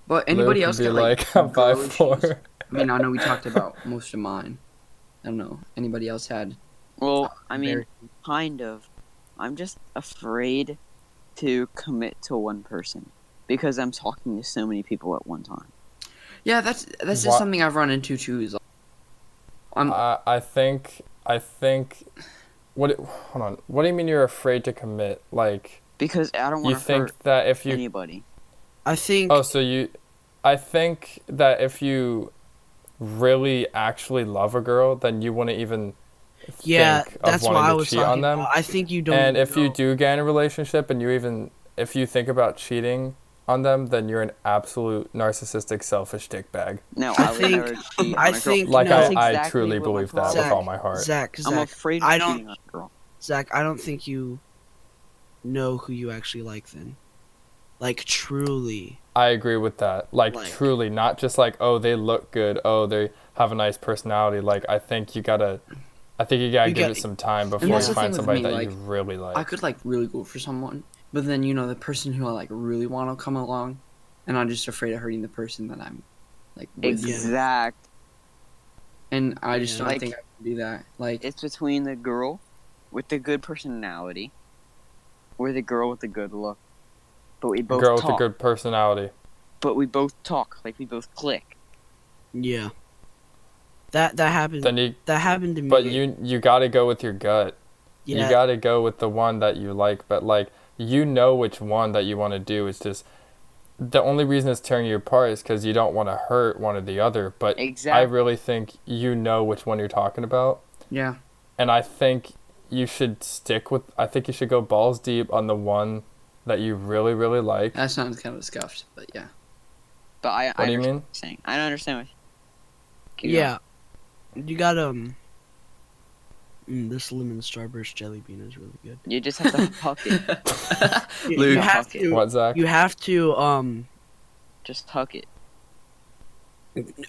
But anybody Luke else would be got like, like I'm girl five four. issues? I mean, I know we talked about most of mine. I don't know. Anybody else had? Well, I mean, Very- kind of. I'm just afraid to commit to one person because I'm talking to so many people at one time. Yeah, that's that's Wha- just something I've run into too. Is like, I'm I I think I think. What? Hold on. What do you mean you're afraid to commit? Like Because I don't you want to hurt think that if you anybody. I think Oh, so you, I think that if you really actually love a girl, then you wouldn't even yeah, think of that's wanting why I to was cheat talking on them. about. I think you don't and if you know- do get in a relationship and you even if you think about cheating on them, then you're an absolute narcissistic, selfish dickbag. No, I I, would think- never cheat. I on a girl. think- Like No. I, That's I exactly truly what my believe that with problem all my heart. Zach, I'm Zach, afraid of I don't- cheating on a girl. Zach, I don't think you know who you actually like then. Like truly. I agree with that. Like, Like- truly, not just like oh they look good, oh they have a nice personality. Like I think you gotta, I think you gotta You give gotta- it some time And before that's you the thing find with somebody me, that like, you really like. I could like really go for someone, but then you know the person who I like really want to come along, and I'm just afraid of hurting the person that I'm like with, Yeah. Exact. and I just Yeah. don't Like- think I can do that. Like It's between the girl with the good personality or the girl with the good look. But we both girl talk. with a good personality. But we both talk like we both click. Yeah. That that happened Then you, that happened to me. but you you gotta go with your gut. Mm-hmm. yeah, You gotta go with the one that you like. But like you know which one that you want to do. It's just the only reason it's tearing you apart is because you don't want to hurt one or the other. But I Exact- really think you know which one you're talking about. yeah, and I think you should stick with. I think you should go balls deep on the one that you really, really like. Uh, that sounds kind of scuffed, but yeah. But I, What I do you understand mean? what you're saying. I don't understand what Keep yeah. You got um mm, this lemon starburst jelly bean is really good. going. You just have to huck it. You, Luke. you have Fuck it. to What, Zach? you have to um Just huck it.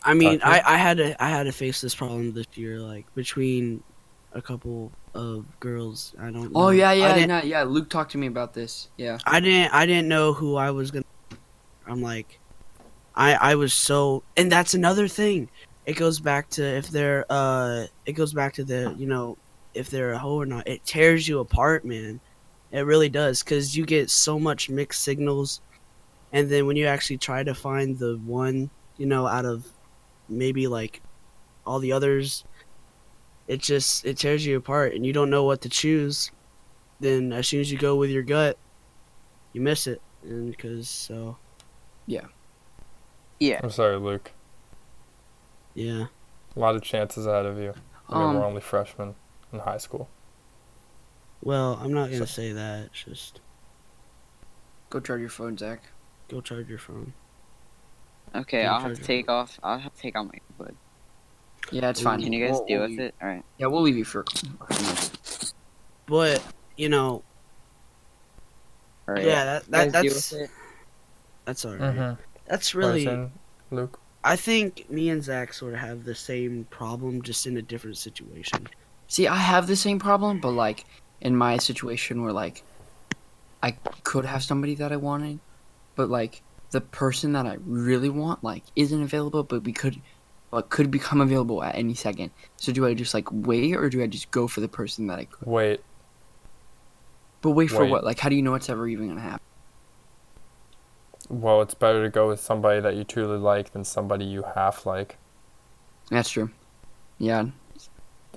I mean Fuck I, it. I had to I had to face this problem this year, like between a couple of girls I don't know. Oh yeah, I yeah, didn't- yeah, yeah. Luke talked to me about this. Yeah, I didn't I didn't know who I was gonna I'm like I I was so and that's another thing. it goes back to if they're uh it goes back to the you know if they're a hoe or not it tears you apart man it really does because you get so much mixed signals and then when you actually try to find the one you know out of maybe like all the others it just it tears you apart and you don't know what to choose then as soon as you go with your gut you miss it and because so Yeah. I'm sorry, Luke. yeah A lot of chances ahead of you. I mean, we're Um, only freshmen in high school. well i'm not gonna say that it's just go charge your phone, Zach. go charge your phone Okay, Yeah, I'll have to sure. take off. I'll have to take out my earbud. Yeah, it's Ooh, fine. Can you guys We'll- deal we'll with leave- it? All right. Yeah, we'll leave you for. a couple minutes. but you know All right. yeah that, You that guys deal that's with it? that's all right. Mm-hmm. that's really Luke. I think me and Zach sort of have the same problem, just in a different situation. See, I have the same problem, but like in my situation where like I could have somebody that I wanted, but like the person that I really want like isn't available, but we could like could become available at any second. So do I just like wait or do I just go for the person that I could? Wait. But wait for Wait. what? Like how do you know it's ever even gonna happen? Well, it's better to go with somebody that you truly like than somebody you half like. That's true. Yeah.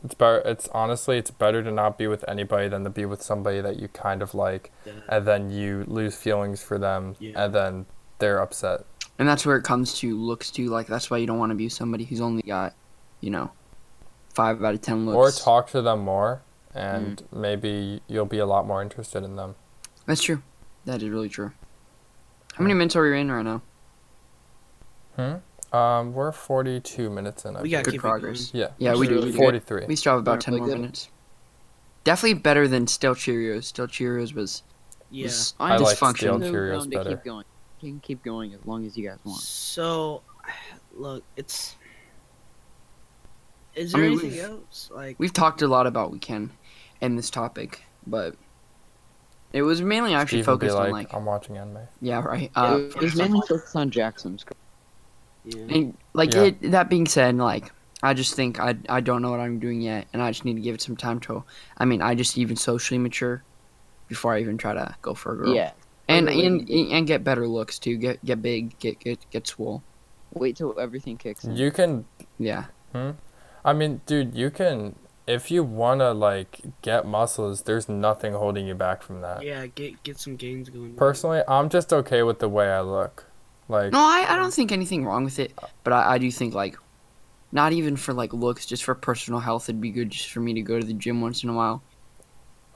It's better. It's honestly, it's better to not be with anybody than to be with somebody that you kind of like, and then you lose feelings for them, Yeah. and then they're upset. And that's where it comes to looks too. Like that's why you don't want to be somebody who's only got, you know, five out of ten looks. Or talk to them more, and Mm. maybe you'll be a lot more interested in them. That's true. That is really true. How many minutes are we in right now? Um, we're forty-two minutes in. I We gotta believe. Good keep progress. yeah. Yeah, we do. We, do. Forty-three. we still have about We're ten really more good. minutes. Definitely better than stale Cheerios. Stale Cheerios was, Yeah. was I like dysfunctional. stale Cheerios. Curious to better. keep going. You can keep going as long as you guys want. So, look, it's. Is I there mean, anything we've- else? Like, We've talked a lot about weekend and this topic, but it was mainly actually Steve would be focused on like, um, like I'm watching anime. yeah right. Yeah, Uh, it was mainly focused on Jackson's. yeah. And like Yeah. it, that being said, like I just think I I don't know what I'm doing yet, and I just need to give it some time till I mean I just even socially mature before I even try to go for a girl. Yeah. and Totally. and and get better looks too. Get get big. Get get get swole. Wait till everything kicks in. You can Yeah. I mean, dude, you can if you wanna like get muscles, there's nothing holding you back from that. Yeah, get get some gains going. Personally, I'm just okay with the way I look. Like No, I, I don't think anything wrong with it, but I, I do think like not even for like looks, just for personal health, it'd be good just for me to go to the gym once in a while.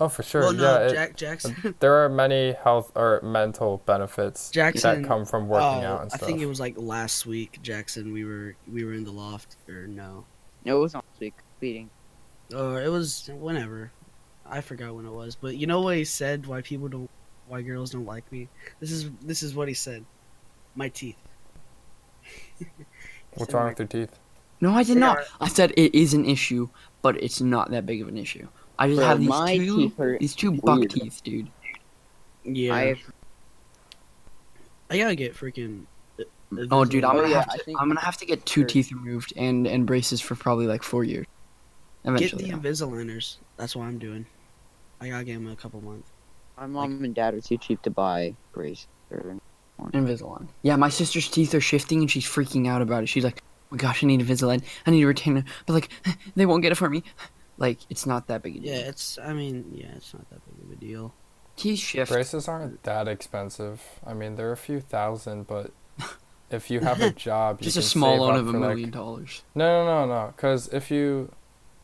oh for sure. Well, no, yeah, it- Jack Jackson. there are many health or mental benefits Jackson. that come from oh, working out and I stuff. think it was like last week, Jackson. We were we were in the loft, or no, No, it was on week bleeding. or it was whenever. I forgot when it was, but you know what he said? Why people don't, why girls don't like me? This is this is what he said. My teeth. What's So, wrong like, with your teeth? No, I did They not. are- I said it is an issue, but it's not that big of an issue. I just Bro, have these my two teeth hurt these two buck weird. teeth, dude. Yeah. I have I gotta get freaking. uh, Oh, dude, I'm Oh, gonna yeah, have I to, think- I'm gonna have to get two Sure. teeth removed and and braces for probably like four years. get Eventually, the yeah. Invisaligners. That's what I'm doing. I gotta get them in a couple months. my mom and dad are too cheap to buy braces. or- Invisalign. Yeah, my sister's teeth are shifting and she's freaking out about it. She's like, oh my gosh, I need Invisalign. I need a retainer. But like, they won't get it for me. Like, it's not that big a deal. Yeah, it's. I mean, yeah, it's not that big of a deal. Teeth shift. Braces aren't that expensive. I mean, they're a few thousand, but if you have a job, you Just can a small save loan up of a for, like- million dollars. No, no, no, no. Because if you,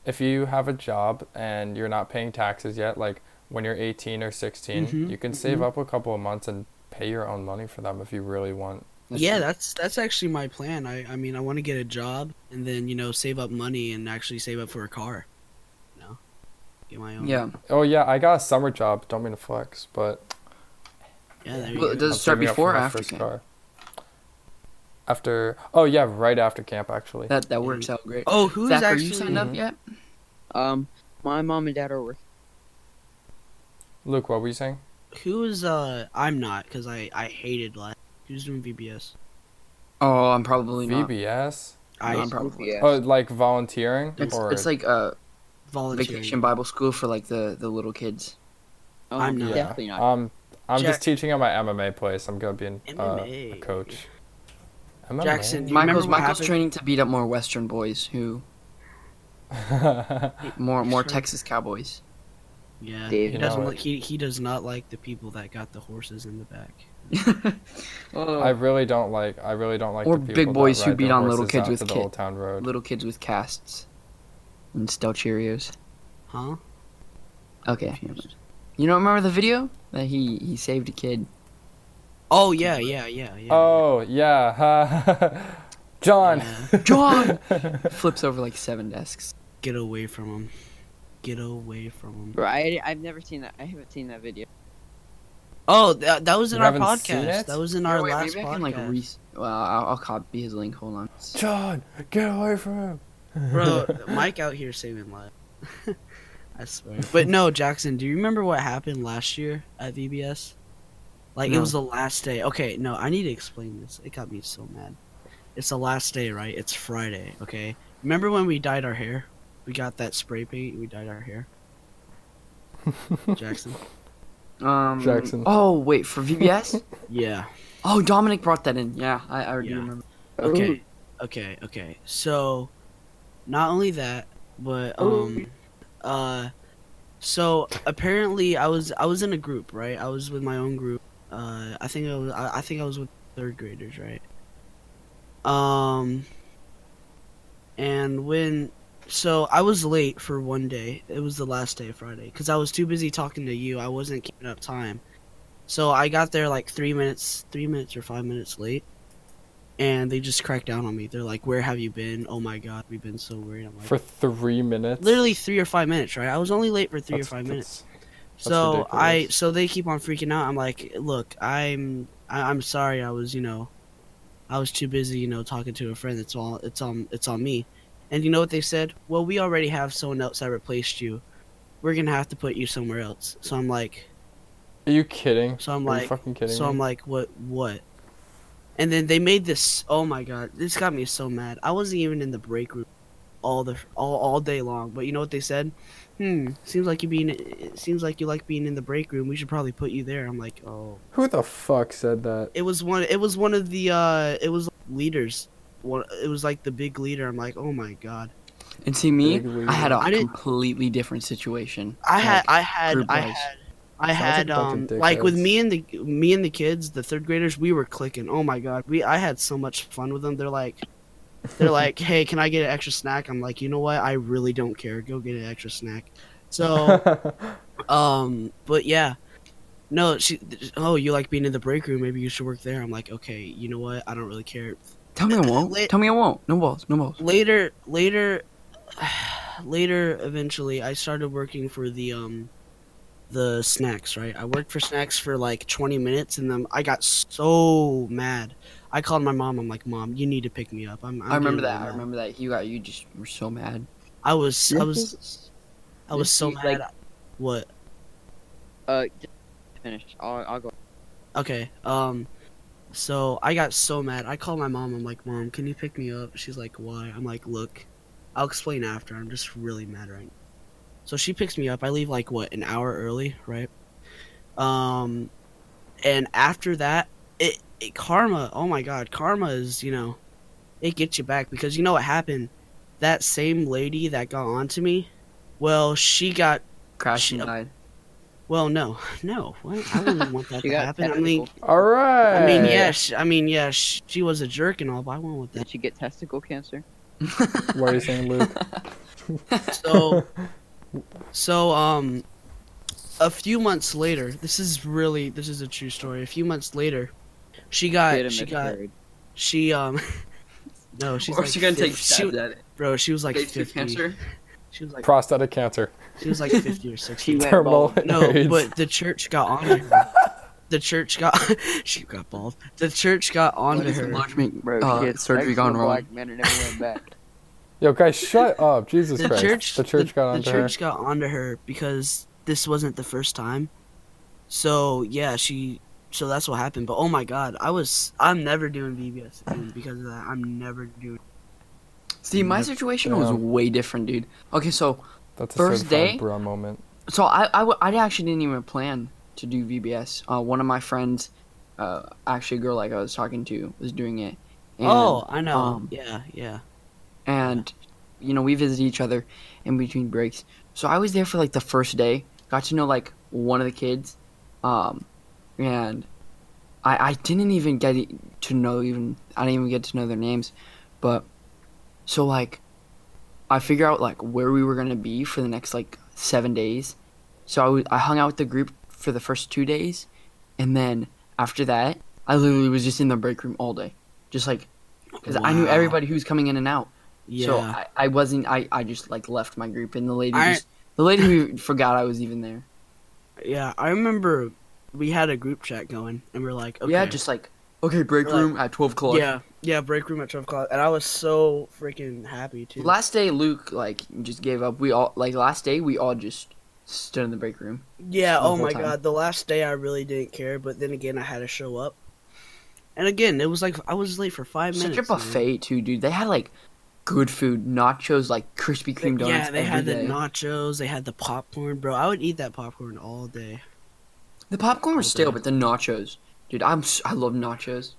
if you have a job and you're not paying taxes yet, like when you're 18 or 16, Mm-hmm, Mhm, you can save mhm. up a couple of months and pay your own money for them if you really want. yeah, that's that's actually my plan. I I mean, I want to get a job and then you know save up money and actually save up for a car. You know, get my own. Yeah. Oh yeah, I got a summer job. Don't mean to flex, but Yeah. There you Well, go. it does- I'm it start saving up for before or my after first camp? car. After oh yeah, right after camp actually. That that mm. works out great. Oh, who's Zach, actually? are you signed up Mhm. yet? Um, my mom and dad are working. Luke, what were you saying? Who is? Uh, I'm not because I I hated last. Who's doing VBS? Oh, I'm probably not. VBS. I I'm probably Yeah. Oh, like volunteering It's, or it's like uh, volunteer. vacation Bible school for like the, the little kids. Oh, I'm not. Definitely not. um, I'm Jack- just teaching at my MMA place. I'm gonna be an, uh, a MMA. coach. MMA? Jackson, Do you remember Michael's what Michael's happened? training to beat up more Western boys who more more Sure. Texas Cowboys. yeah, Dave, he you doesn't know like it. he, he does not like the people that got the horses in the back. Oh, I really don't like. I really don't like. Or the people big that boys who ride beat their on little horses kids out with to the kid- Old Town Road. Little kids with casts and stale Cheerios. Huh? Okay. never mind. You don't remember the video that he he saved a kid? Oh yeah, yeah, yeah, yeah. Oh yeah, ha. John. John flips over like seven desks. Get away from him. Get away from him. Bro, I, I've never seen that. I haven't seen that video. Oh, that, that was in You our haven't seen podcast. it? That was in Yeah, our wait, last maybe I podcast. can like re- Well, I'll, I'll copy his link. Hold on. John, get away from him. Bro, Mike out here saving lives. I swear. But no, Jackson, do you remember what happened last year at VBS? Like it No. was the last day. Okay, no, I need to explain this. It got me so mad. It's the last day, right? It's Friday, okay? Remember when we dyed our hair? We got that spray paint, we dyed our hair. Jackson. Um, Jackson. Oh wait, for VBS? Yeah. oh, Dominic brought that in. Yeah, I, I already Yeah. remember. Okay. Okay, okay. So not only that, but um uh so apparently I was I was in a group, right? I was with my own group. Uh I think I was I, I think I was with third graders, right? Um and when so I was late for one day. It was the last day of Friday cuz I was too busy talking to you. I wasn't keeping up time. So I got there like 3 minutes 3 minutes or 5 minutes late and they just cracked down on me. They're like, "Where have you been? Oh my god, we've been so worried." I'm like, For three minutes. literally three or five minutes, right? I was only late for three or That's- five that's- minutes. So I, ridiculous. so they keep on freaking out. I'm like, "Look, I'm, I, I'm sorry. I was, you know, I was too busy, you know, talking to a friend. It's all, it's on, it's on me." And you know what they said? Well, we already have someone else that replaced you. We're gonna have to put you somewhere else. So I'm like, Are you kidding? so I'm Are like, you fucking kidding so me? I'm like, what, what? And then they made this. Oh my god, this got me so mad. I wasn't even in the break room all the all all day long. But you know what they said? Hmm. Seems like you being. It seems like you like being in the break room. We should probably put you there. I'm like, oh. Who the fuck said that? It was one. It was one of the. uh It was leaders. One. It was like the big leader. I'm like, oh my god. And see me, Big league. I had a I didn't- completely different situation. I Like, had. I had. group I wise. had. I Sounds had like a bunch um of like with dickheads. me and the me and the kids, the third graders, we were clicking. Oh my god, we I had so much fun with them. They're like, they're like, hey, can I get an extra snack? I'm like, you know what? I really don't care. Go get an extra snack. So um, but yeah, no, she. Oh, you like being in the break room? Maybe you should work there. I'm like, okay, you know what? I don't really care. Tell me I won't. Lit- Tell me I won't. No balls. No balls. Later, later, later. Eventually, I started working for the um, the snacks. Right, I worked for snacks for like 20 minutes, and then I got so mad. I called my mom. I'm like, Mom, you need to pick me up. I'm. I'm I remember getting really that. I mad." remember that. You got you just were so mad. I was. I was. I was This so is, mad. like- what? Uh, just finish. I'll, I'll go. Okay. Um so I got so mad. I called my mom. I'm like, "Mom, can you pick me up?" She's like, "Why?" I'm like, "Look, I'll explain after. I'm just really mad right now." So she picks me up. I leave like what, an hour early, right? Um and after that, it, it karma. Oh my god, karma is, you know, it gets you back because you know what happened? That same lady that got onto me, well, she got Crashed Shit. and died. well, no. No. What? I wouldn't want that You to got happen. I mean, testicle- All right. I mean, yes. I mean, yes. she was a jerk and all, but I went with that. Did you get testicle cancer? What are you saying, Luke? So, so um, a few months later, this is really this is a true story. A few months later, she got she got she um, no, she's like fif- she, at it. bro. She was like Stage two fifty. She was like Prostatic cancer. she was like fifty or sixty. She went Terminal. bald. No, AIDS. but the church got on her. The church got she got bald. The church got on What to is her. enlargement Bro, uh, she had surgery sex gone with a wrong? Black man and never went back. Yo, guys, shut up. Jesus the Christ. church the church got onto the church got onto her because this wasn't the first time so yeah she so that's what happened but oh my god i was i'm never doing vbs again because of that i'm never doing See, my situation was Damn. way different, dude. Okay, so That's a First certified day? bra moment. so I, I, w- I actually didn't even plan to do VBS. Uh, one of my friends, uh, actually a girl like I was talking to, was doing it. Mm. And, oh, I know. um, yeah, yeah. and you know we visited each other in between breaks. So I was there for like the first day. Got to know like one of the kids, um, and I I didn't even get e- to know even I didn't even get to know their names, but so like I figure out like where we were gonna be for the next like seven days. So I was- I hung out with the group for the first two days, and then after that I literally was just in the break room all day, just like because I knew Wow. everybody who was coming in and out. Yeah. So I, I wasn't. I, I just like left my group, and the lady I- just the lady who forgot I was even there. yeah, I remember we had a group chat going and we are like, okay. Yeah, just like okay, break Like- room at twelve o'clock. Yeah, yeah, break room at 12 o'clock. And I was so freaking happy too. Last day, Luke like just gave up. We all like last day we all just stood in the break room. yeah, the oh whole my time. god. The last day I really didn't care, but then again, I had to show up. And again, it was like I was late for five Such minutes. a man. buffet too, dude. They had like good food, nachos, like Krispy Kreme donuts. yeah, they had the every day. nachos, they had the popcorn, bro. I would eat that popcorn all day. The popcorn was Oh, stale, damn. but the nachos, dude. I'm s- I love nachos.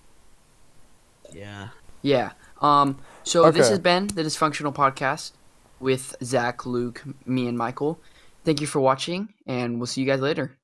Yeah. Yeah. Um. So this Okay. has been the Dysfunctional Podcast with Zach, Luke, me, and Michael. Thank you for watching, and we'll see you guys later.